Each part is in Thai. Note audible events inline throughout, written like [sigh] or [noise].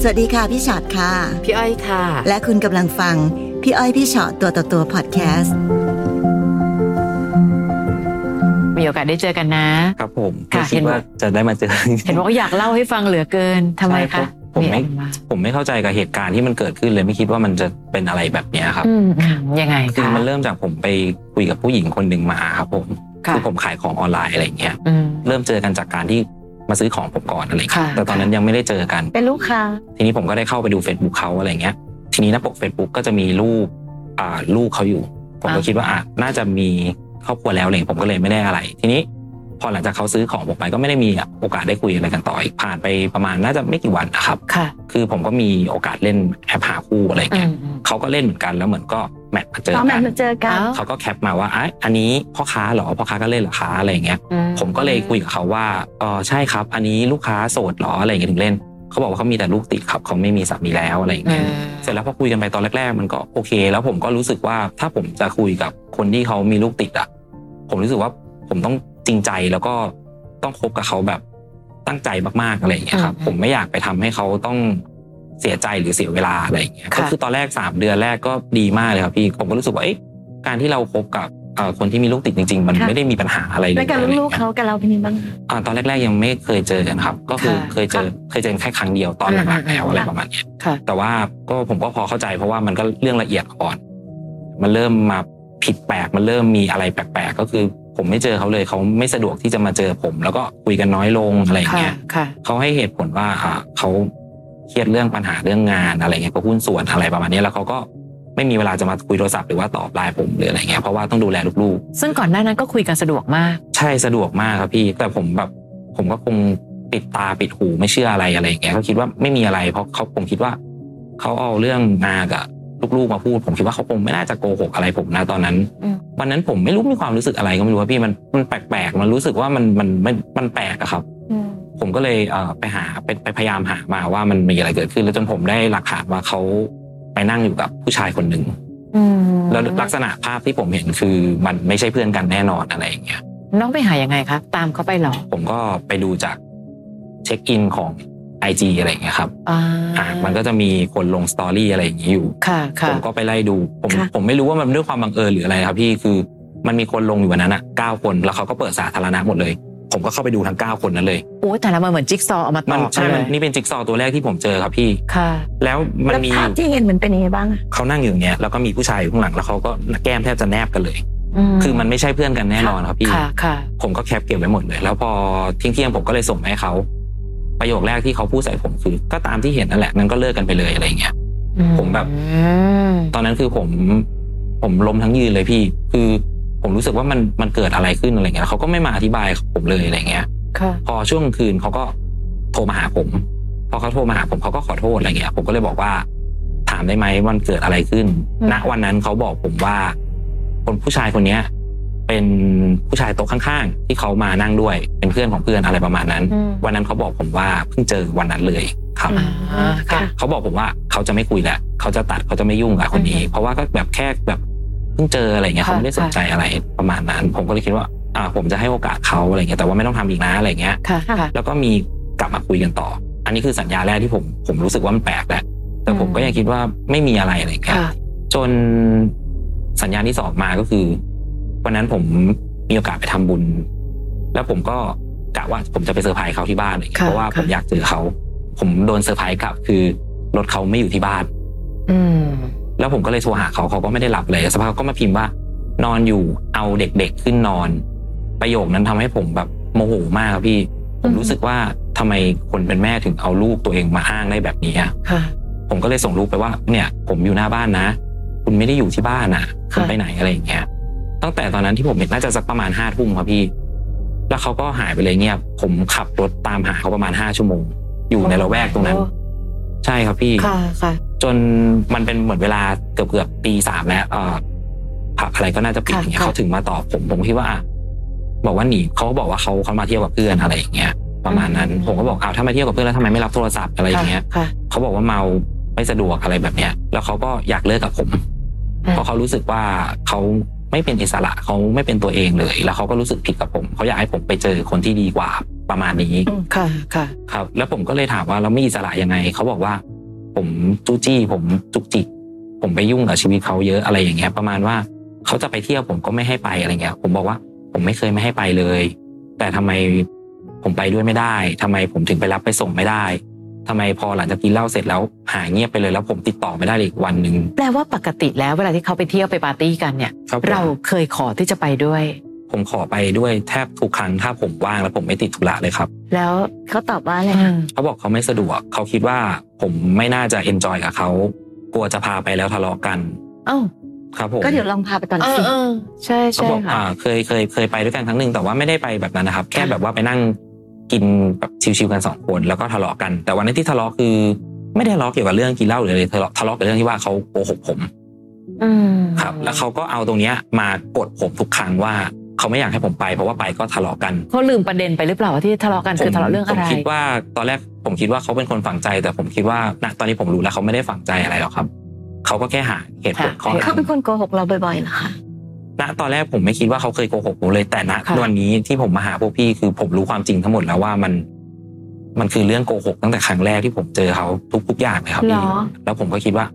สวัสดีค่ะพี่ชอตค่ะ พี่อ้อยค่ะ และคุณกำลังฟัง พี่อ้อยพี่ชอตตัวต่อตัวพอดแคสต์ มีโอกาสได้เจอกันนะ ครับผม ค่ะ ก็คิ เห็ ด น ว่า บอก จะได้มาเจอ [laughs] เห็นบอกว่าอยากเล่าให้ฟังเหลือเกินทำไม ใช่ครั คะ บผมไม่ อะไรา ผมไม่เข้าใจกับเหตุการณ์ที่มันเกิดขึ้นเลยไม่คิดว่ามันจะเป็นอะไรแบบเนี้ยครับ อืมอืมยังไง คือ คะ มันเริ่มจากผมไปคุยกับผู้หญิงคนหนึ่งมาครับผม ค่ะ คือผมขายของออนไลน์อะไรอย่างเงี้ย อืม เริ่มเจอกันจากการที่มาซื้อของผมก่อนอะไรอย่างเงี้ย ค่ะ แต่ตอนนั้นยังไม่ได้เจอกัน เป็นลูกค้า ทีนี้ผมก็ได้เข้าไปดู Facebook เขาอะไรเงี้ย ทีนี้หน้าปก Facebook ก็จะมีรูปอ่าลูกเขาอยู่ ผมก็ อ่า คิดว่าอ่ะน่าจะมีครอบครัวแล้วอะไรเลยผมก็เลยไม่ได้อะไร ทีนี้พอหลังจากเขาซื้อของผมไปก็ไม่ได้มีโอกาสได้คุยอะไรกันต่ออีกผ่านไปประมาณน่าจะไม่กี่วันนะครับ ค่ะ คือผมก็มีโอกาสเล่นแอปหาคู่อะไร อื เงี้ย มอืม เขาก็เล่นเหมือนกันแล้วเหมือนก็แมทมาเจอ เขาแม กั ท น มาเจอกัน เอ้า เขาก็แคปมาว่าอ่ะอันนี้พ่อค้าเหรอพ่อค้าก็เล่นเหรอคะอะไรเงี้ย อื ผมก็เลยคุยกับเขาว่าเออใช่ครับ อันนี้ลูกค้าโสดเหรออะไรอย่างเงี้ยถึงเล่น เขาบอกว่าเขามีแต่ลูกติดครับเขาไม่มีสามีแล้วอะไรอย่าง เอ เงี้ย อ เสร็จแล้วพอคุยกันไปตอนแรกๆ มันก็โอเค แล้วผมก็รู้สึกว่าถ้าผมจะคุยกับคนที่เขามีลูกติดอ่ะ ผมรู้สึกว่าผมต้องจริงใจแล้วก็ต้องคบกับเขาแบบตั้งใจมากๆอะไรอย่างเงี้ยครับ ผมไม่อยากไปทำให้เขาต้องเสียใจหรือเสียเวลาอะไรอย่างเงี้ยก็คือตอนแรกสามเดือนแรกก็ดีมากเลยครับพี่ผมก็รู้สึกว่าเอ๊ะการที่เราคบกับเอ่อคนที่มีลูกติดจริง ๆ มัน ค่ะ ไม่ได้มีปัญหาอะไรเลย แล้วกับ อะไรอย่าง ลู เงี้ ก ย ๆเขากับเราเป็นยังไงบ้าง อ่าตอนแรกๆยังไม่เคยเจอกันครับ ก็คือเคยเจอเคยเจอแค่ครั้งเดียวตอนหลังๆแล้วอะไรประมาณเนี้ย ค่ะ แต่ว่าก็ผมก็พอเข้าใจเพราะว่ามันก็เรื่องละเอียดอ่อน มันเริ่มมาผิดแปลกมันเริ่มมีอะไรแปลกๆ ก็คือผมไม่เจอเขาเลยเขาไม่สะดวกที่จะมาเจอผม แล้วก็คุยกันน้อยลงอะไรอย่าง ค่ะ เงี้ย ค่ะ เขาให้เหตุผลว่าอ่าเขาเครียดเรื่องปัญหาเรื่องงานอะไรเงี้ยก็หุ้นส่วนอะไรประมาณเนี้ยแล้วเขาก็ไม่มีเวลาจะมาคุยโทรศัพท์หรือว่าตอบไลน์ผมหรืออะไรเงี้ยเพราะว่าต้องดูแลลูกๆ ซึ่งก่อนหน้านั้นก็คุยกันสะดวกมาก ใช่สะดวกมากครับพี่ แต่ผมแบบผมก็คงปิดตาปิดหูไม่เชื่ออะไรอะไรอย่างเงี้ยก็คิดว่าไม่มีอะไร เพราะเขาผมคิดว่าเขาเอาเรื่องมากับลูกๆมาพูด ผมคิดว่าเขาคงไม่น่าจะโกหกอะไรผมนะตอนนั้น อืม วันนั้นผมไม่รู้มีความรู้สึกอะไรก็ไม่รู้ว่าพี่มันมันแปลกๆ มันรู้สึกว่ามันมันมันมันแปลกอะครับ ผมก็เลยเอ่อไปหาไปไปพยายามหามาว่ามันมีอะไรเกิดขึ้น แล้วจนผมได้หลักฐานว่าเขาไปนั่งอยู่กับผู้ชายคนหนึ่ง อืม แล้วลักษณะภาพที่ผมเห็นคือมันไม่ใช่เพื่อนกันแน่นอนอะไรอย่างเงี้ย น้องไปหายังไงคะตามเขาไปเหรอ ผมก็ไปดูจากเช็คอินของ IG อะไรอย่างเงี้ยครับ อ่า อ่ะมันก็จะมีคนลงสตอรี่อะไรอย่างงี้อยู่ ค่ะ ผ ค่ะ มก็ไปไล่ดู ผม ค่ะ ผมไม่รู้ว่ามันด้วยความบังเอิญหรืออะไรนะครับพี่คือมันมีคนลงอยู่วันนั้นอ่ะเก้าคนแล้วเขาก็เปิดสาธารณะหมดเลย ผมก็เข้าไปดูทั้งเก้าคนนั้นเลย โอ้ยแต่ละมันเหมือนจิ๊กซอว์เอามาต่ มั อนกั ใช่ นเล มัน ย นี่เป็นจิ๊กซอว์ตัวแรกที่ผมเจอครับพี่ ค่ะ แล้วมัน แล้ว มี ภาพที่เห็นมันเป็นยังไงบ้างอะ เขานั่งอยู่อย่างเงี้ยแล้วก็มีผู้ชายอยู่ข้างหลังแล้วเขาก็แก้มแทบจะแนบกันเลย คือมันไม่ใช่เพื่อนกันแน่นอนครับพี่ ค่ะค่ะ ผมก็แคปเก็บไว้หมดเลย แล้วพอเที่ยงเที่ยงๆผมก็เลยส่งไปให้เขา ประโยคแรกที่เขาพูดใส่ผมคือก็ตามที่เห็นนั่นแหละงั้นก็เลิกกันไปเลยอะไรอย่างเงี้ย ผมแบบ อืม ตอนนั้นคือผมผมล้มทั้งยืนเลยพี่ คือผมรู้สึกว่ามันมันเกิดอะไรขึ้นอะไรเงี้ยเขาก็ไม่มาอธิบายผมเลยอะไรเงี้ย ค่ะ พอช่วงคืนเขาก็โทรมาหาผมพอเขาโทรมาหาผมเขาก็ขอโทษอะไรเงี้ย ผมก็เลยบอกว่า ถามได้ไหมมันเกิดอะไรขึ้น ณวันนั้นเขาบอกผมว่า คนผู้ชายคนเนี้ย เป็นผู้ชายโต๊ะข้างๆ ที่เขามานั่งด้วยเป็นเพื่อนของเพื่อนอะไรประมาณนั้น วันนั้นเขาบอกผมว่าเพิ่งเจอวันนั้นเลยครับ อ่าค่ะ เขาบอกผมว่าเขาจะไม่คุยแหละเขาจะตัดเขาจะไม่ยุ่งกับคนนี้ อืม เพราะว่าก็แบบแค่แบบเพิ่งเจออะไรเงี้ย ค่ะ เขาไม่ได้สนใจอะไรประมาณนั้น ผมก็เลยคิดว่า อ่า ผมจะให้โอกาสเขาอะไรเงี้ยแต่ว่าไม่ต้องทำอีกนะอะไรเงี้ย ค่ะค่ะ แล้วก็มีกลับมาคุยกันต่อ อันนี้คือสัญญาแรกที่ผมผมรู้สึกว่ามันแปลกแหละแต่ผม อืม ก็ยังคิดว่าไม่มีอะไรอะไรเงี้ย ค่ะ จนสัญญาณที่สองมาก็คือวันนั้นผมมีโอกาสไปทำบุญ แล้วผมก็กะว่าผมจะไปเซอร์ไพรส์เขาที่บ้านอะไรอย่างเงี้ย ค่ะ เพราะว่า ค่ะ ผมอยากเจอเขา ผมโดนเซอร์ไพรส์กลับคือรถเขาไม่อยู่ที่บ้าน อืม แล้วผมก็เลยโทรหาเขาเขาก็ไม่ได้รับเลยสภาพกก็มาพิมพ์ว่า นอนอยู่เอาเด็กๆขึ้นนอน ประโยคนั้นทำให้ผมแบบโมโหมากครับพี่ ผมรู้สึกว่าทำไมคนเป็นแม่ถึงเอาลูกตัวเองมาอ้างได้แบบนี้อะ ค่ะ ผมก็เลยส่งรูปไปว่าเนี่ย ผมอยู่หน้าบ้านนะ คุณไม่ได้อยู่ที่บ้านนะคุณ ค่ะ ไปไหนอะไรอย่างเงี้ยตั้งแต่ตอนนั้นที่ผมเห็นน่าจะสักประมาณห้าทุ่มครับพี่ แล้วเขาก็หายไปเลยเงียบผมขับรถตามหาเขาประมาณห้าชั่วโมง อยู่ในละแวกตรงนั้น ใช่ครับพี่ ค่ะค่ะ จนมันเป็นเหมือนเวลาเกือบเกือบๆตีสามแล้วเอ่อผับอะไรก็น่าจะปิด ค่ะ อย่างเงี้ย ค่ะ เขาถึงมาตอบผมผมคิดว่าอ่ะบอกว่าหนีเขาก็บอกว่าเขาเขามาเที่ยวกับเพื่อนอะไรอย่างเงี้ย ประมาณนั้น ผมก็บอกอ้าวถ้ามาเที่ยวกับเพื่อนแล้วทำไมไม่รับโทรศัพท์อะไรอย่างเงี้ย ค่ะ เขาบอกว่าเมาไม่สะดวกอะไรแบบเนี้ย แล้วเขาก็อยากเลิกกับผม อืม เพราะเขารู้สึกว่าเขาไม่เป็นอิสระเขาไม่เป็นตัวเองเลย แล้วเขาก็รู้สึกผิดกับผมเขาอยากให้ผมไปเจอคนที่ดีกว่าประมาณนี้ ค่ะค่ะ ครับ แล้วผมก็เลยถามว่าเราไม่อิสระยังไงเขาบอกว่า ผมจู้จี้ ผมจุกจิก ผมไปยุ่งกับชีวิตเขาเยอะอะไรอย่างเงี้ย ประมาณว่าเขาจะไปเที่ยวผมก็ไม่ให้ไปอะไรเงี้ย ผมบอกว่าผมไม่เคยไม่ให้ไปเลย แต่ทำไมผมไปด้วยไม่ได้ทำไมผมถึงไปรับไปส่งไม่ได้ทำไมพอหลังจากกินเหล้าเสร็จแล้วหายเงียบไปเลยแล้วผมติดต่อไม่ได้เลยอีกวันหนึ่ง แปลว่าปกติแล้วเวลาที่เขาไปเที่ยวไปปาร์ตี้กันเนี่ย คบผม เราเคยขอที่จะไปด้วย ผมขอไปด้วยแทบทุกครั้งถ้าผมว่างและผมไม่ติดธุระเลยครับ แล้ว เขาตอบว่าอะไร อืม เขาบอกเขาไม่สะดวก เขาคิดว่าผมไม่น่าจะเอนจอยกับเขา กลัวจะพาไปแล้วทะเลาะกัน เอ้า ครับผม ก็เดี๋ยวลองพาไปตอนสิ ใช่ เขา ใช่ บอก ค่ะ อ่าเคยเคยเคยไปด้วยกันครั้งหนึ่งแต่ว่าไม่ได้ไปแบบนั้นนะครับ แค่แบบว่าไปนั่งกินแบบชิวๆกันสองคนแล้วก็ทะเลาะกัน แต่วันนั้นที่ทะเลาะคือ ไม่ได้ทะเลาะเกี่ยวกับเรื่องกินเหล้าหรืออะไรทะเลาะทะเลาะกับเรื่องที่ว่าเขาโกหกผม อืม ครับ แล้วเขาก็เอาตรงเนี้ยมากดผมทุกครั้งว่าเขาไม่อยากให้ผมไป เพราะว่าไปก็ทะเลาะกัน เขาลืมประเด็นไปหรือเปล่าว่าที่ทะเลาะกันคือทะเลาะเรื่องอะไร ผมคิดว่าตอนแรกผมคิดว่าเขาเป็นคนฝังใจ แต่ผมคิดว่าณตอนนี้ผมรู้แล้วเขาไม่ได้ฝังใจอะไรหรอกครับ เขาก็แค่หาเหตุผล ค่ะ ข้อหา เขาเป็นคนโกหกเราบ่อยๆเหรอคะ ณตอนแรกผมไม่คิดว่าเขาเคยโกหกผมเลยแต่ณ ค่ะ วันนี้ที่ผมมาหาพวกพี่คือผมรู้ความจริงทั้งหมดแล้วว่ามัน มันคือเรื่องโกหกตั้งแต่ครั้งแรกที่ผมเจอเขาทุกทุกๆอย่างเลยครับ หร พี่ อ แล้วผมก็คิดว่า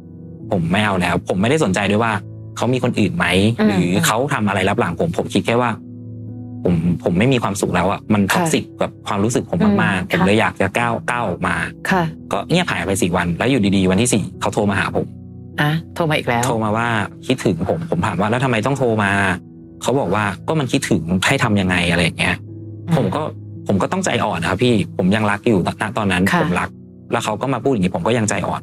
ผมไม่เอาแล้ว ผมไม่ได้สนใจด้วยว่าเขามีคนอื่นไหม อืม หรือเขาทำอะไรรับหลังผมผมคิดแค่ว่า ผมผมไม่มีความสุขแล้วอ่ะมันท็อกซิกกับความรู้สึกผมมากๆ อืม ผม ค่ะ เลยอยากจะก้าวก้าวออกมา ค่ะ ก็เงียบหายไปสี่วัน แล้วอยู่ดีๆ วันที่สี่เขาโทรมาหาผม อ่ะโทรมาอีกแล้ว โทรมาว่าคิดถึงผมผมถามว่าแล้วทำไมต้องโทรมา เขาบอกว่าก็มันคิดถึงให้ทำยังไงอะไรอย่างเงี้ย ผมก็ผมก็ต้องใจอ่อนนะครับพี่ผมยังรักอยู่ณตอนนั้น ค่ะ ผมรัก แล้วเขาก็มาพูดอย่างนี้ผมก็ยังใจอ่อน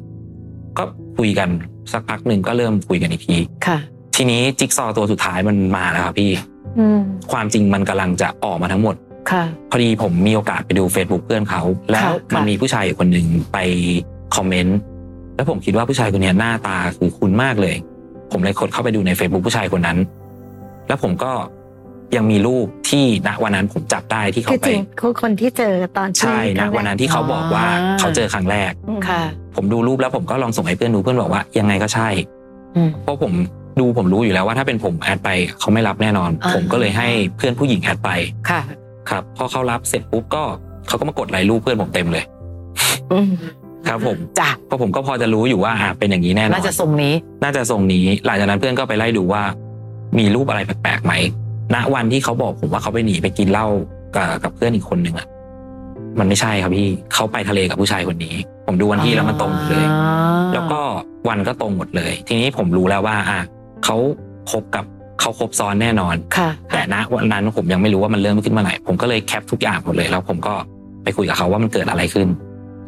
ก็คุยกันสักพักหนึ่งก็เริ่มคุยกันอีกที ค่ะ ทีนี้จิ๊กซอว์ตัวสุดท้ายมันมาแล้วครับพี่ อืม ความจริงมันกำลังจะออกมาทั้งหมด ค่ะ พอดีผมมีโอกาสไปดู Facebook เพื่อนเขา แล้ว ค่ะ มัน ค่ะ มีผู้ชายอยู่คนหนึ่งไปคอมเมนต์แล้วผมคิดว่าผู้ชายคนเนี้ยหน้าตาคือคุ้นมากเลย ผมเลยกดเข้าไปดูใน Facebook ผู้ชายคนนั้น แล้วผมก็ยังมีรูปที่ณวันนั้นผมจับได้ที่ คื เขา อ ไป จริงคือคนที่เจอตอนที่ ใช่ ค นะ รั้งแรก วันนั้นที่เขาบอกว่า อ๋อ เขาเจอครั้งแรก อืม ค่ะ ผมดูรูปแล้วผมก็ลองส่งให้เพื่อนดูเพื่อนบอกว่ายังไงก็ใช่ อืม เพราะผมดูผมรู้อยู่แล้วว่าถ้าเป็นผมแอดไปเขาไม่รับแน่นอน อ่า ผมก็เลยให้เพื่อนผู้หญิงแอดไป ค่ะ ครับพอเขารับเสร็จปุ๊บก็เขาก็มากดไลค์รูปเพื่อนผมเต็มเลย อืม ครับผม จ้ะ เพราะผมก็พอจะรู้อยู่ว่าอ่ะเป็นอย่างนี้แน่นอน น่าจะทรงนี้ น่าจะทรงนี้ หลังจากนั้นเพื่อนก็ไปไล่ดูว่า มีรูปอะไรแปลกๆไหมณวันที่เขาบอกผมว่าเขาไปหนีไปกินเหล้ากับกับเพื่อนอีกคนหนึ่งอ่ะมันไม่ใช่ครับพี่เขาไปทะเลกับผู้ชายคนนี้ ผมดูวันที่แล้วมันตรงหมดเลย อ๋อ แล้วก็วันก็ตรงหมดเลย ทีนี้ผมรู้แล้วว่า อ่ะเขาคบกับเขาคบซ้อนแน่นอน ค่ะ แต่ณวันนั้นผมยังไม่รู้ว่ามันเริ่มขึ้นเมาไหนผมก็เลยแคปทุกอย่างหมดเลยแล้วผมก็ไปคุยกับเขาว่ามันเกิดอะไรขึ้น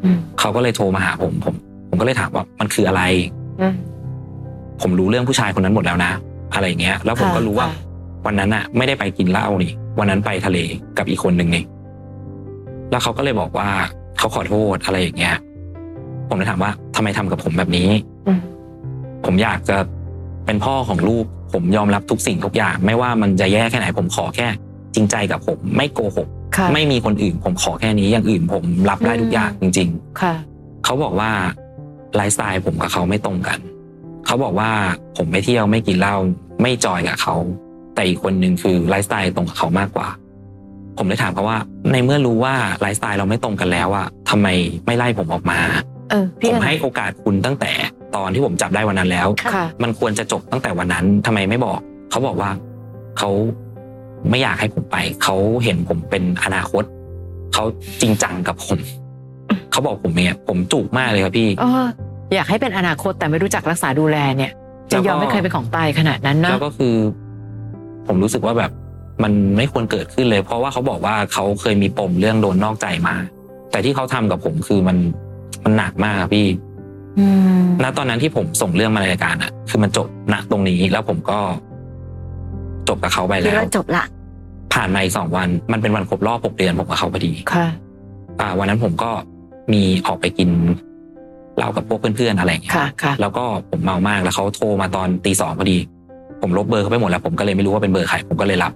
อืม เขาก็เลยโทรมาหาผมผม ผมก็เลยถามว่ามันคืออะไร อืม ผมรู้เรื่องผู้ชายคนนั้นหมดแล้วนะ อะไรอย่างเงี้ย แล้วผมก็ ค่ะ รู้ว่า ค่ะ วันนั้นอะไม่ได้ไปกินเหล้านี่ วันนั้นไปทะเลกับอีกคนหนึ่งนี่แล้วเขาก็เลยบอกว่าเขาขอโทษอะไรอย่างเงี้ย ผมเลยถามว่าทำไมทำกับผมแบบนี้ อืม ผมอยากจะเป็นพ่อของลูก ผมยอมรับทุกสิ่งทุกอย่าง ไม่ว่ามันจะแย่แค่ไหน ผมขอแค่ จริงใจกับผม ไม่โกหก ค่ะ ไม่มีคนอื่น ผมขอแค่นี้อย่างอื่น ผมรับได้ทุกอย่างจริง ๆ ค่ะ เขาบอกว่าไลฟ์สไตล์ผมกับเขาไม่ตรงกัน เขาบอกว่าผมไม่เที่ยวไม่กินเหล้าไม่จอยกับเขา แต่อีกคนหนึ่งคือไลฟ์สไตล์ตรงกับเขามากกว่า ผมเลยถามเขาว่า ในเมื่อรู้ว่าไลฟ์สไตล์เราไม่ตรงกันแล้วอะทำไมไม่ไล่ผมออกมา เออ ผ พี่ ม อัน ให้โอกาสคุณตั้งแต่ตอนที่ผมจับได้วันนั้นแล้ว ค่ะ มันควรจะจบตั้งแต่วันนั้นทำไมไม่บอก เขาบอกว่าเขาไม่อยากให้ผมไป เขาเห็นผมเป็นอนาคต เขาจริงจังกับผม เขาบอกผมเนี่ยผมจุกมากเลยครับพี่ เอออยากให้เป็นอนาคตแต่ไม่รู้จักรักษาดูแลเนี่ย จะยอมให้ใครเป็นของตายขนาดนั้นนะ แล้วก็คือ ผมรู้สึกว่าแบบมันไม่ควรเกิดขึ้นเลย เพราะว่าเขาบอกว่าเขาเคยมีปมเรื่องโดนนอกใจมา แต่ที่เขาทำกับผมคือมันมันหนักมากครับพี่ อืม ณตอนนั้นที่ผมส่งเรื่องมาในรายการอะคือมันจบณตรงนี้แล้วผมก็ จบกับเขาไป คิด แล้ว ว่าจบละ ผ่านมาอีกสองวันมันเป็นวันครบรอบหกเดือนผมกับเขาพอดี ค่ะ อ่า วันนั้นผมก็มีออกไปกินเหล้ากับพวกเพื่อนๆอะไรอย่างเงี้ย ค่ะค่ะ แล้วก็ผมเมามากแล้วเขาโทรมาตอนตีสองพอดี ผมลบเบอร์เขาไปหมดแล้ว ผมก็เลยไม่รู้ว่าเป็นเบอร์ใครผมก็เลยรับ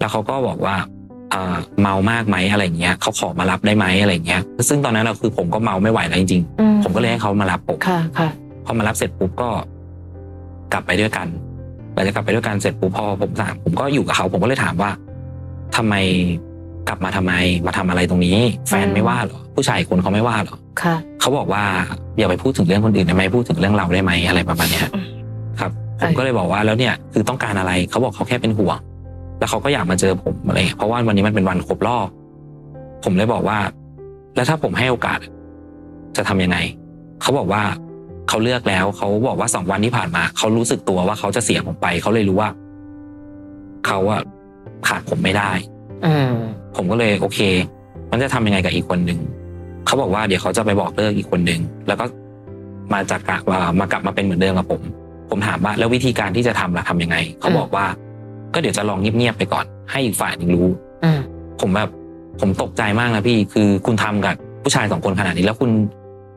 แล้วเขาก็บอกว่าอ่าเมามากไหมอะไรอย่างเงี้ยเขาขอมารับได้ไหมอะไรอย่างเงี้ย ซึ่งตอนนั้นเราคือผมก็เมาไม่ไหวแล้วจริง อืม ๆ ผมก็เลยให้เขามารับผม ค่ะค่ะ พอมารับเสร็จปุ๊บก็กลับไปด้วยกันหลังจากกลับไปด้วยกันเสร็จปุ๊บพอผมสั่งผมก็อยู่กับเขา ผมก็เลยถามว่าทำไมกลับมาทำไมมาทำอะไรตรงนี้ แฟน อืม ไม่ว่าเหรอ ผู้ชายอีกคนเขาไม่ว่าหรอก ค่ะ เขาบอกว่าอย่าไปพูดถึงเรื่องคนอื่นได้ไหมพูดถึงเรื่องเราได้ไหมอะไรประมาณเนี้ย อืม ครับ ใช่ ผมก็เลยบอกว่าแล้วเนี่ยคือต้องการอะไรเขาบอกเขาแค่เป็นห่วง แล้วเขาก็อยากมาเจอผมอะไรเงี้ยเพราะว่าวันนี้มันเป็นวันครบรอบ ผมเลยบอกว่า แล้วถ้าผมให้โอกาส จะทำยังไงเขาบอกว่าเขาเลือกแล้วเขาบอกว่าสองวันที่ผ่านมาเขารู้สึกตัวว่าเขาจะเสียผมไปเขาเลยรู้ว่าเขาอะขาดผมไม่ได้ อืม ผมก็เลยโอเค มันจะทำยังไงกับอีกคนหนึ่งเขาบอกว่าเดี๋ยวเขาจะไปบอกเลิกอีกคนหนึ่งแล้วก็มาจากกะว่ามากลับมาเป็นเหมือนเดิมกับผม ผมถามว่าแล้ววิธีการที่จะทำล่ะทำยังไงเขาบอกว่า ก็เดี๋ยวจะลองเงียบๆไปก่อน ให้อีกฝ่ายหนึ่งรู้ อืม ผมแบบผมตกใจมากนะพี่คือคุณทำกับผู้ชายสองคนขนาดนี้แล้วคุณ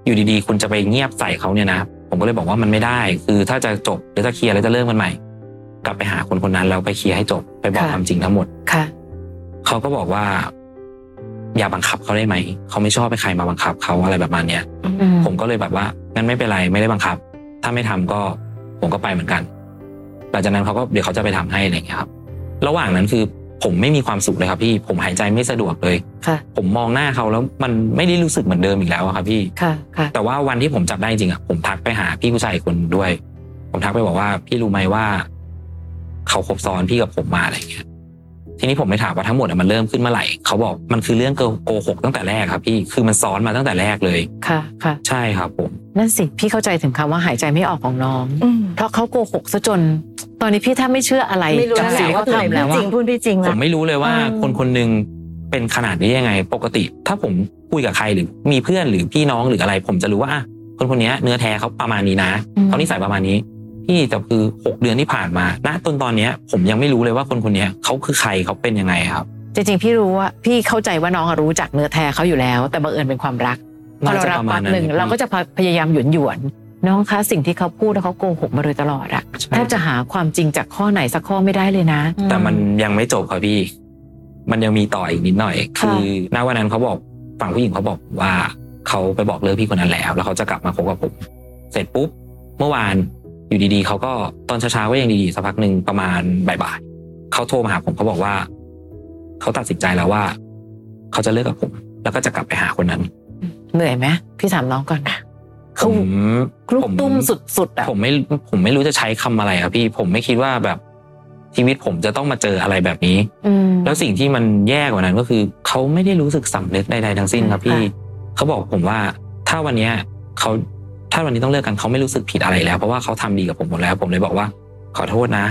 อยู่ดีๆ คุณจะไปเงียบใส่เขาเนี่ยนะผมก็เลยบอกว่ามันไม่ได้ คือถ้าจะจบหรือจะเคลียร์แล้วจะเลิกมันใหม่ กลับไปหาคนคนนั้นแล้วไปเคลียร์ให้จบไปบอกความจริงทั้งหมด ค่ะ เขาก็บอกว่า อย่าบังคับเขาได้ไหม เขาไม่ชอบให้ใครมาบังคับเขาอะไรแบบประมาณเนี้ย อืม ผมก็เลยแบบว่างั้นไม่เป็นไรไม่ได้บังคับ ถ้าไม่ทำก็ผมก็ไปเหมือนกันหลังจากนั้นเขาก็เดี๋ยวเขาจะไปทำให้อะไรอย่างเงี้ยครับ ระหว่างนั้นคือผมไม่มีความสุขเลยครับพี่ผมหายใจไม่สะดวกเลย ค่ะ ผมมองหน้าเขาแล้วมันไม่ได้รู้สึกเหมือนเดิมอีกแล้วอะครับพี่ ค่ะ ค่ะ แต่ว่าวันที่ผมจับได้จริงอ่ะผมทักไปหาพี่ผู้ชายอีกคนด้วย ผมทักไปบอกว่าพี่รู้ไหมว่า เขาคบซ้อนพี่กับผมมาอะไรอย่างเงี้ย ทีนี้ผมไปถามว่าทั้งหมดอะมันเริ่มขึ้นเมื่อไหร่เขาบอกมันคือเรื่องโกหกตั้งแต่แรกครับ พี่คือมันซ้อนมาตั้งแต่แรกเลย ค่ะ ค่ะ ใช่ครับผม นั่นสิ พี่เข้าใจถึงคำว่าหายใจไม่ออกของน้อง อืม เพราะเขาโกหกซะจน ตอนนี้พี่แทบไม่เชื่ออะไร ไม่รู้ กั แล้วแห สิ่ง ละว่าพูที่เขาด ทำแล้ว จ อะ ริงพูดไม่จริง ผ ละ มไม่รู้เลยว่า อืม คนคนหนึ่งเป็นขนาดนี้ยังไง ปกติ ถ้าผมคุยกับใครหรือมีเพื่อนหรือพี่น้องหรืออะไร ผมจะรู้ว่าอ่ะคนคนเนี้ยเนื้อแท้เขาประมาณนี้นะ อืม เขานิสัยประมาณนี้พี่แต่คือหกเดือนที่ผ่านมาณตอนตอนเนี้ย ผมยังไม่รู้เลยว่าคนคนเนี้ยเขาคือใครเขาเป็นยังไงครับ จริงๆ พี่รู้ว่าพี่เข้าใจว่าน้องอะรู้จักเนื้อแท้เขาอยู่แล้ว แต่บังเอิญเป็นความรัก พอเรา จะ รับปักหนึ่งเราก็จะพยายามหยวนหยวนๆน้องคะสิ่งที่เขาพูดแล้วเขาโกหกมาโดยตลอดอะแท ใช่ บจะหาความจริงจากข้อไหนสักข้อไม่ได้เลยนะ แต่มันยังไม่จบครับพี่ มันยังมีต่ออีกนิดหน่อย ค่ะ คือณวันนั้นเขาบอกฝั่งผู้หญิงเขาบอกว่าเขาไปบอกเลิกพี่คนนั้นแล้ว แล้วเขาจะกลับมาคบกับผม เสร็จปุ๊บ เมื่อวานอยู่ดีๆ เขาก็ตอนเช้าๆก็ยังดีๆสักพักหนึ่งประมาณบ่ายๆเขาโทรมาหาผมเขาบอกว่า เขาตัดสินใจแล้วว่า เขาจะเลิกกับผม แล้วก็จะกลับไปหาคนนั้น เหนื่อยไหมพี่ถามน้องก่อน ผ เขา ม ลุก ผม ตุ้มสุดๆอะ ผมไม่ผมไม่รู้จะใช้คำอะไรครับพี่ผมไม่คิดว่าแบบชีวิตผมจะต้องมาเจออะไรแบบนี้ อืม แล้วสิ่งที่มันแย่กว่านั้นก็คือ เขาไม่ได้รู้สึกสำนึกใดๆทั้งสิ้นครับพี่ ค่ะ เขาบอกผมว่า ถ้าวันเนี้ยเขาถ้าวันนี้ต้องเลิกกันเขาไม่รู้สึกผิดอะไรแล้ว เพราะว่าเขาทำดีกับผมหมดแล้ว ผมเลยบอกว่า ขอโทษนะ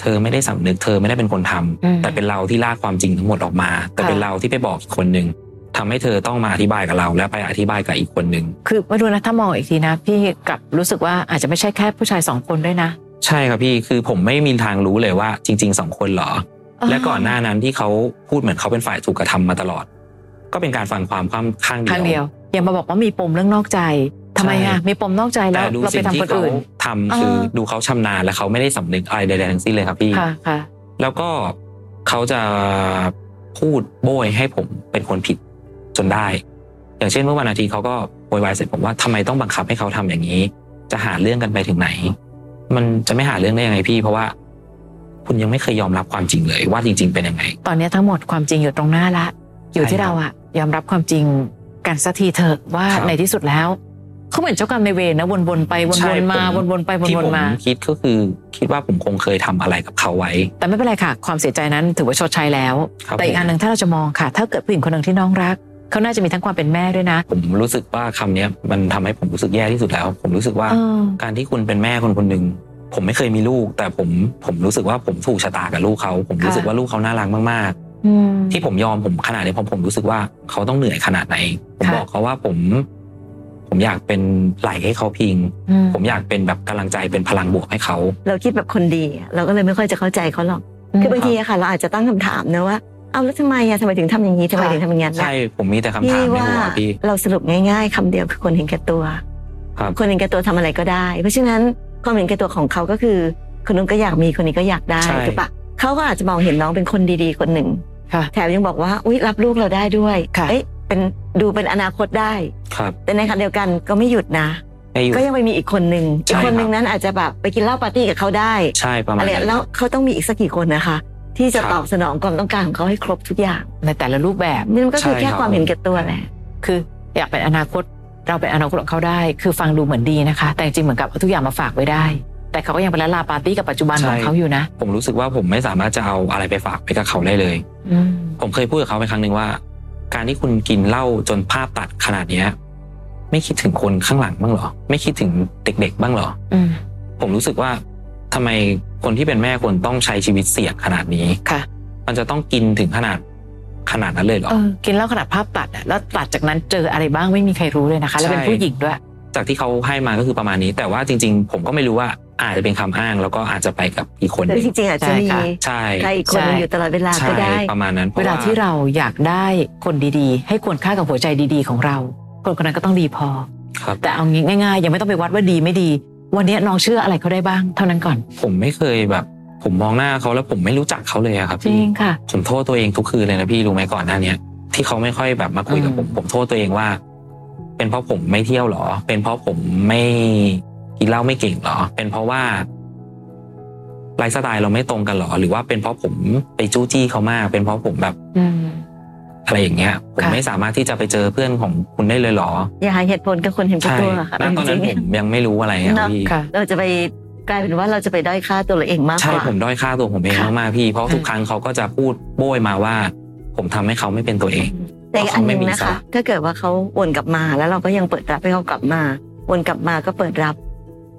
เธอไม่ได้สำนึก เธอไม่ได้เป็นคนทำ อืม แต่เป็นเราที่ลากความจริงทั้งหมดออกมา แต่เป็น ค่ะ เราที่ไปบอกอีกคนหนึ่งทำให้เธอต้องมาอธิบายกับเรา และไปอธิบายกับอีกคนหนึ่ง คือไม่รู้นะถ้ามองอีกทีนะ พี่กลับรู้สึกว่าอาจจะไม่ใช่แค่ผู้ชายสองคนด้วยนะ ใช่ครับพี่คือผมไม่มีทางรู้เลยว่า จริงๆสองคนเหรอ และก่อนหน้านั้นที่เขาพูดเหมือนเขาเป็นฝ่ายถูกกระทำมาตลอด ก็เป็นการฟังความข้างข้างเดียว ทางเดียวอย่ามาบอกว่ามีปมเรื่องนอกใจทำไมอะ ใช่ มีปมนอกใจแล้ แต่ ว ดู เราไป สิ่ง ทำ ที่ คน เขา อื่น ทำคือ เออ ดูเขาชำนาญและเขาไม่ได้สำนึกอะไรใดๆทั้งสิ้นเลยครับพี่ ค่ะค่ะ แล้วก็เขาจะพูดโบยให้ผมเป็นคนผิดจนได้ อย่างเช่นเมื่อวันอาทิตย์เขาก็โวยวายเสร็จผมว่าทำไมต้องบังคับให้เขาทำอย่างนี้ จะหาเรื่องกันไปถึงไหน มันจะไม่หาเรื่องได้ยังไงพี่ เพราะว่า คุณยังไม่เคยยอมรับความจริงเลย ว่าจริง ๆเป็นยังไง ตอนนี้ทั้งหมดความจริงอยู่ตรงหน้าละ อยู่ที่ ใช่ครั เรา บ อะยอมรับความจริงกันสักทีเถอะว่า ครับ ในที่สุดแล้ว เขาเหมือนเจ้ากรรมในายเวรนะวนๆไปว ใช่ นๆมา ผม วนๆไปว ที่ น ผม ๆมา คิดก็คือคิดว่าผมคงเคยทำอะไรกับเขาไว้ แต่ไม่เป็นไรค่ะ ความเสียใจนั้นถือว่าชดใช้แล้ว ครับ แต่อีก ผม อันหนึ่งถ้าเราจะมองค่ะ ถ้าเกิดผู้หญิงคนหนึ่งที่น้องรัก เขาน่าจะมีทั้งความเป็นแม่ด้วยนะ ผมรู้สึกว่าคำเนี้ยมันทำให้ผมรู้สึกแย่ที่สุดแล้ว ผมรู้สึกว่า เออ การที่คุณเป็นแม่คนคนหนึ่งผมไม่เคยมีลูก แต่ผมผมรู้สึกว่าผมถูกชะตากับลูกเขา ผมรู้สึกว่าลูกเขาน่ารักมาก อืม ๆ ที่ผมยอมผมขนาดนี้เพราะผมรู้สึกว่าเขาต้องเหนื่อยขนาดไหน ผม ค่ะ บอกเขาว่าผม ผมอยากเป็นไหลให้เขาพิง อืม ผมอยากเป็นแบบกำลังใจเป็นพลังบวกให้เขา เราคิดแบบคนดีอะเราก็เลยไม่ค่อยจะเข้าใจเขาหรอก คือบางทีอะค่ะ เราอาจจะตั้งคำถามนะว่าเอาแล้วทำไมอะทำไมถึงทำอย่างนี้ทำไมถึงทำอย่างนั้นนะ ใช่ผมมีแต่คำถามใน ว่า หัวพี่ เราสรุปง่ายๆคำเดียวคือคนเห็นแก่ตัว ครับ นเห็นแก่ตัวทำอะไรก็ได้ เพราะฉะนั้นความเห็นแก่ตัวของเขาก็คือ คนนู้นก็อยากมีคนนี้ก็อยากได้ถูกปะเขาก็อาจจะมองเห็นน้องเป็นคนดีๆคนหนึ่ง ค่ะ แถมยังบอกว่าอุ๊ยรับลูกเราได้ด้วย ค่ะ เอ้ยเป็นดูเป็นอนาคตได้ ครับ แต่ในขณะเดียวกันก็ไม่หยุดนะ ให้อยู่ ก็ยังไปมีอีกคนหนึ่ง ใช่ อีกคนหนึ่ ค ง รับ นั้นอาจจะแบบไปกินเหล้าปาร์ตี้กับเขาได้ ใช่ประมาณ อะไร นั้น แล้วเขาต้องมีอีกสักกี่คนนะคะ ที่จะ ครับ ตอบสนองความต้องการของเขาให้ครบทุกอย่าง ในแต่ละรูปแบบ นี่มันก็คือ ใช่ แค่ ครับ ความเห็นแก่ตัวแหละ คืออยากเป็นอนาคตเราเป็นอนาคตของเขาได้ คือฟังดูเหมือนดีนะคะ แต่จริงๆเหมือนกับเอาทุกอย่างมาฝากไว้ได้ แต่เขาก็ยังเป็นละลาปาร์ตี้กับปัจจุบันของ ใช่ เขาอยู่นะ ผมรู้สึกว่าผมไม่สามารถจะเอาอะไรไปฝากไปกับเขาได้เลย อืม ผมเคยพูดกับเขาไปครั้งหนึ่งว่า การที่คุณกินเหล้าจนภาพตัดขนาดเนี้ยไม่คิดถึงคนข้างหลังบ้างเหรอ ไม่คิดถึงเด็กๆบ้างเหรอ อืม ผมรู้สึกว่าทำไมคนที่เป็นแม่คนต้องใช้ชีวิตเสี่ยงขนาดนี้ ค่ะ มันจะต้องกินถึงขนาดขนาดนั้นเลยเหรอ เออกินเหล้าขนาดภาพตัดอะแล้วตัดจากนั้นเจออะไรบ้างไม่มีใครรู้เลยนะคะ แล้วเป็น ใช่ ผู้หญิงด้วย จากที่เขาให้มาก็คือประมาณนี้ แต่ว่าจริง ๆ ผมก็ไม่รู้ว่าอาจจะเป็นคำอ้าง แล้วก็อาจจะไปกับอีกคนห แต่ นึ่ง จริงๆอาจจะมี ใช่ค่ะ ใช่ ใครอีกคนหนึงอยู่ตลอดเวลา ใช่ ก็ได้ ประมาณนั้นพะ เวลาที่เราอยากได้คนดีๆ ให้ควรค่ากับหัวใจดีๆ ของเรา คนคนนั้นก็ต้องดีพอ ครับ แต่เอางี้ง่ายๆยังไม่ต้องไปวัดว่าดีไม่ดี วันนี้น้องเชื่ออะไรเขาได้บ้าง เท่านั้นก่อน ผมไม่เคยแบบ ผมมองหน้าเขาแล้วผมไม่รู้จักเขาเลยอะครับ จริ พี่ งค่ะ ผมโทษตัวเองทุกคืนเลยนะพี่รู้ไหมก่อนหน้าเนี้ยที่เขาไม่ค่อยแบบมาคุยกับผม อืม ผมโทษตัวเองว่า เป็นเพราะผมไม่เที่ยวเหรอ เป็นเพราะผมไม่กินเหล้าไม่เก่งเหรอ เป็นเพราะว่าไลฟ์สไตล์เราไม่ตรงกันเหรอ หรือว่าเป็นเพราะผมไปจู้จี้เขามาก เป็นเพราะผมแบบ อืม อะไรอย่างเงี้ยผม ค่ะ ไม่สามารถที่จะไปเจอเพื่อนของคุณได้เลยเหรอ อย่าหาเหตุผลกับคนเห็นแก่ ใช่ ตัวค่ะ ณตอนนั้น จ ผ ริง มยังไม่รู้อะไรอะ เนอะ พี่ ค่ะ ๆเราจะไปกลายเป็นว่าเราจะไปด้อยค่าตัวเราเองมาก ใช่ กว่า ผมด้อยค่าตัวผมเอง ค่ะ มากๆพี่ เพราะ ค่ะ ทุกครั้งเขาก็จะพูดโบยมาว่า ผมทำให้เขาไม่เป็นตัวเอง แต่อีกอันหนึ่ง เพราะเขาไม่มี นะ สา คะ ระ ถ้าเกิดว่าเขาวนกลับมาแล้วเราก็ยังเปิดรับให้เขากลับมาวนกลับมาก็เปิดรับ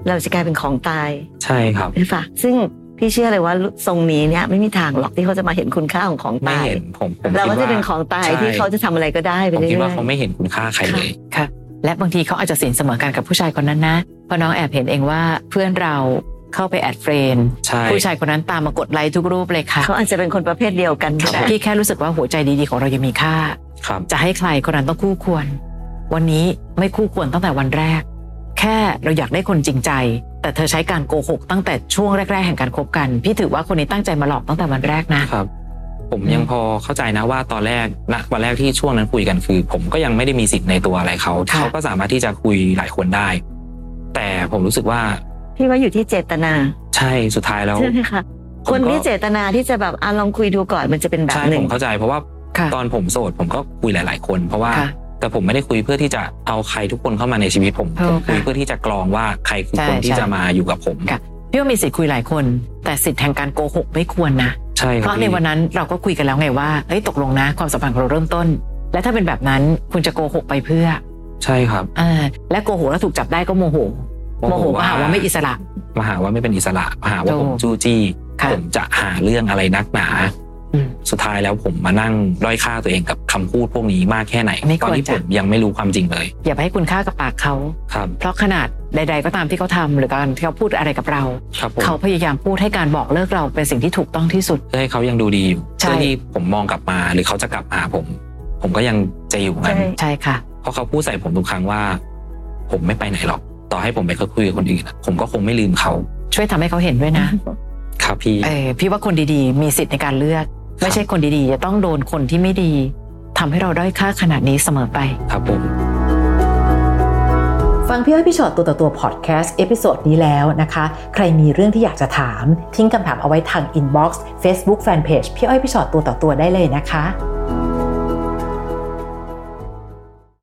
เราจะกลายเป็นของตาย ใช่ครับ หรือเปล่าซึ่งพี่เชื่อเลยว่าทรงนี้เนี่ยไม่มีทางหรอกที่เขาจะมาเห็นคุณค่าของของ ไม่ ตาย เห็นผมผม เรา คิ ก็ ด จะ ว่า เป็นของตาย ใช่ ที่เขาจะทำอะไรก็ได้ไป ผม เรื่ คิดว่า อย เขาไม่เห็นคุณค่าใครเลย ค่ะ และบางทีเขาอาจจะสินเสมอกันกับผู้ชายคนนั้นนะเพราะน้องแอบเห็นเองว่าเพื่อนเราเข้าไปแอดเฟรนด์ ใช่ ผู้ชายคนนั้นตามมากดไลค์ทุกรูปเลย ๆ ค่ะ เขาอาจจะเป็นคนประเภทเดียวกันก็ได้ พี่แค่รู้สึกว่าหัวใจดีๆของเรายังมีค่า ครับ จะให้ใครคนนั้นต้องคู่ควร วันนี้ไม่คู่ควรตั้งแต่วันแรก แค่เราอยากได้คนจริงใจ แต่เธอใช้การโกหกตั้งแต่ช่วงแรก ๆ แห่งการคบกัน พี่ถือว่าคนนี้ตั้งใจมาหลอกตั้งแต่วันแรกนะ ครับ ผมยังพอเข้าใจนะว่าตอนแรกณวันแรกที่ช่วงนั้นคุยกันคือ ผมก็ยังไม่ได้มีสิทธิ์ในตัวอะไรเขา ค่ะ เขาก็สามารถที่จะคุยหลายคนได้ แต่ผมรู้สึกว่า พี่ว่าอยู่ที่เจตนา ใช่สุดท้ายแล้ว ใช่ไหมคะ ผมก็ คนที่เจตนาที่จะแบบอ่ะลองคุยดูก่อนมันจะเป็นแบบ ใช่ หนึ่ ผ ง มเข้าใจเพราะว่า ค่ะ ตอนผมโสดผมก็คุยหลาย ๆ คน เพราะว่า ค่ะ แต่ผมไม่ได้คุยเพื่อที่จะเอาใครทุกคนเข้ามาในชีวิตผม ถู ผกมคุย ค่ะ เพื่อที่จะกรองว่าใครคือ ใช่ คนที่ ใช่ จะมาอยู่กับผม พี่ว่ามีสิทธิ์คุยหลายคน แต่สิทธิ์แห่งการโกหกไม่ควรนะ ใช่ค เพ รับ ราะในวันนั้นเราก็คุยกันแล้วไงว่าเฮ้ยตกลงนะความสัมพันธ์ของเราเริ่มต้น และถ้าเป็นแบบนั้นคุณจะโกหกไปเพื่อ ใช่ครับ อ่าและโกหกแล้วถูกจับได้ก็โมโหโมโหก็หาว่าไม่อิสระ มาหาว่าไม่เป็นอิสระมาหาว่าผม ถูก จู้จี้ ค่ะ ผมจะหาเรื่องอะไรนักหนา อืม สุดท้ายแล้วผมมานั่งด้อยค่าตัวเองกับคำพูดพวกนี้มากแค่ไหน ไม่ควร ตอนที่ จะ ผมยังไม่รู้ความจริงเลย อย่าไปให้คุณค่ากับปากเขา ครับ เพราะขนาดใด ๆ ก็ตามที่เขาทำหรือการที่เขาพูดอะไรกับเรา ครับผม เขาพยายามพูดให้การบอกเลิกเราเป็นสิ่งที่ถูกต้องที่สุด เพื่อให้เขายังดูดีอยู่ ใช่ เพื่อที่ผมมองกลับมาหรือเขาจะกลับมาหาผม ผมก็ยังจะอยู่งั้ ใช่ น ใช่ค่ะ เพราะเขาพูดใส่ผมทุกครั้งว่า ผมไม่ไปไหนหรอก ต่อให้ผมไปคุยกับคนอื่นอะผมก็คงไม่ลืมเขา ช่วยทำให้เขาเห็นด้วยนะครับ พี่ เออพี่ว่าคนดีๆ มีสิทธิ์ในการเลือก ไม่ใช่คนดีๆ จะต้องโดนคนที่ไม่ดีทำให้เราด้อยค่าขนาดนี้เสมอไป ครับผม ฟังพี่อ้อยพี่ชอตตัวต่อตัวพอดแคสต์เอพิโซดนี้แล้วนะคะ ใครมีเรื่องที่อยากจะถาม ทิ้งคำถามเอาไว้ทางอินบ็อกซ์เฟซบุ๊กแฟนเพจพี่อ้อยพี่ชอตตัวต่อตัวได้เลยนะคะ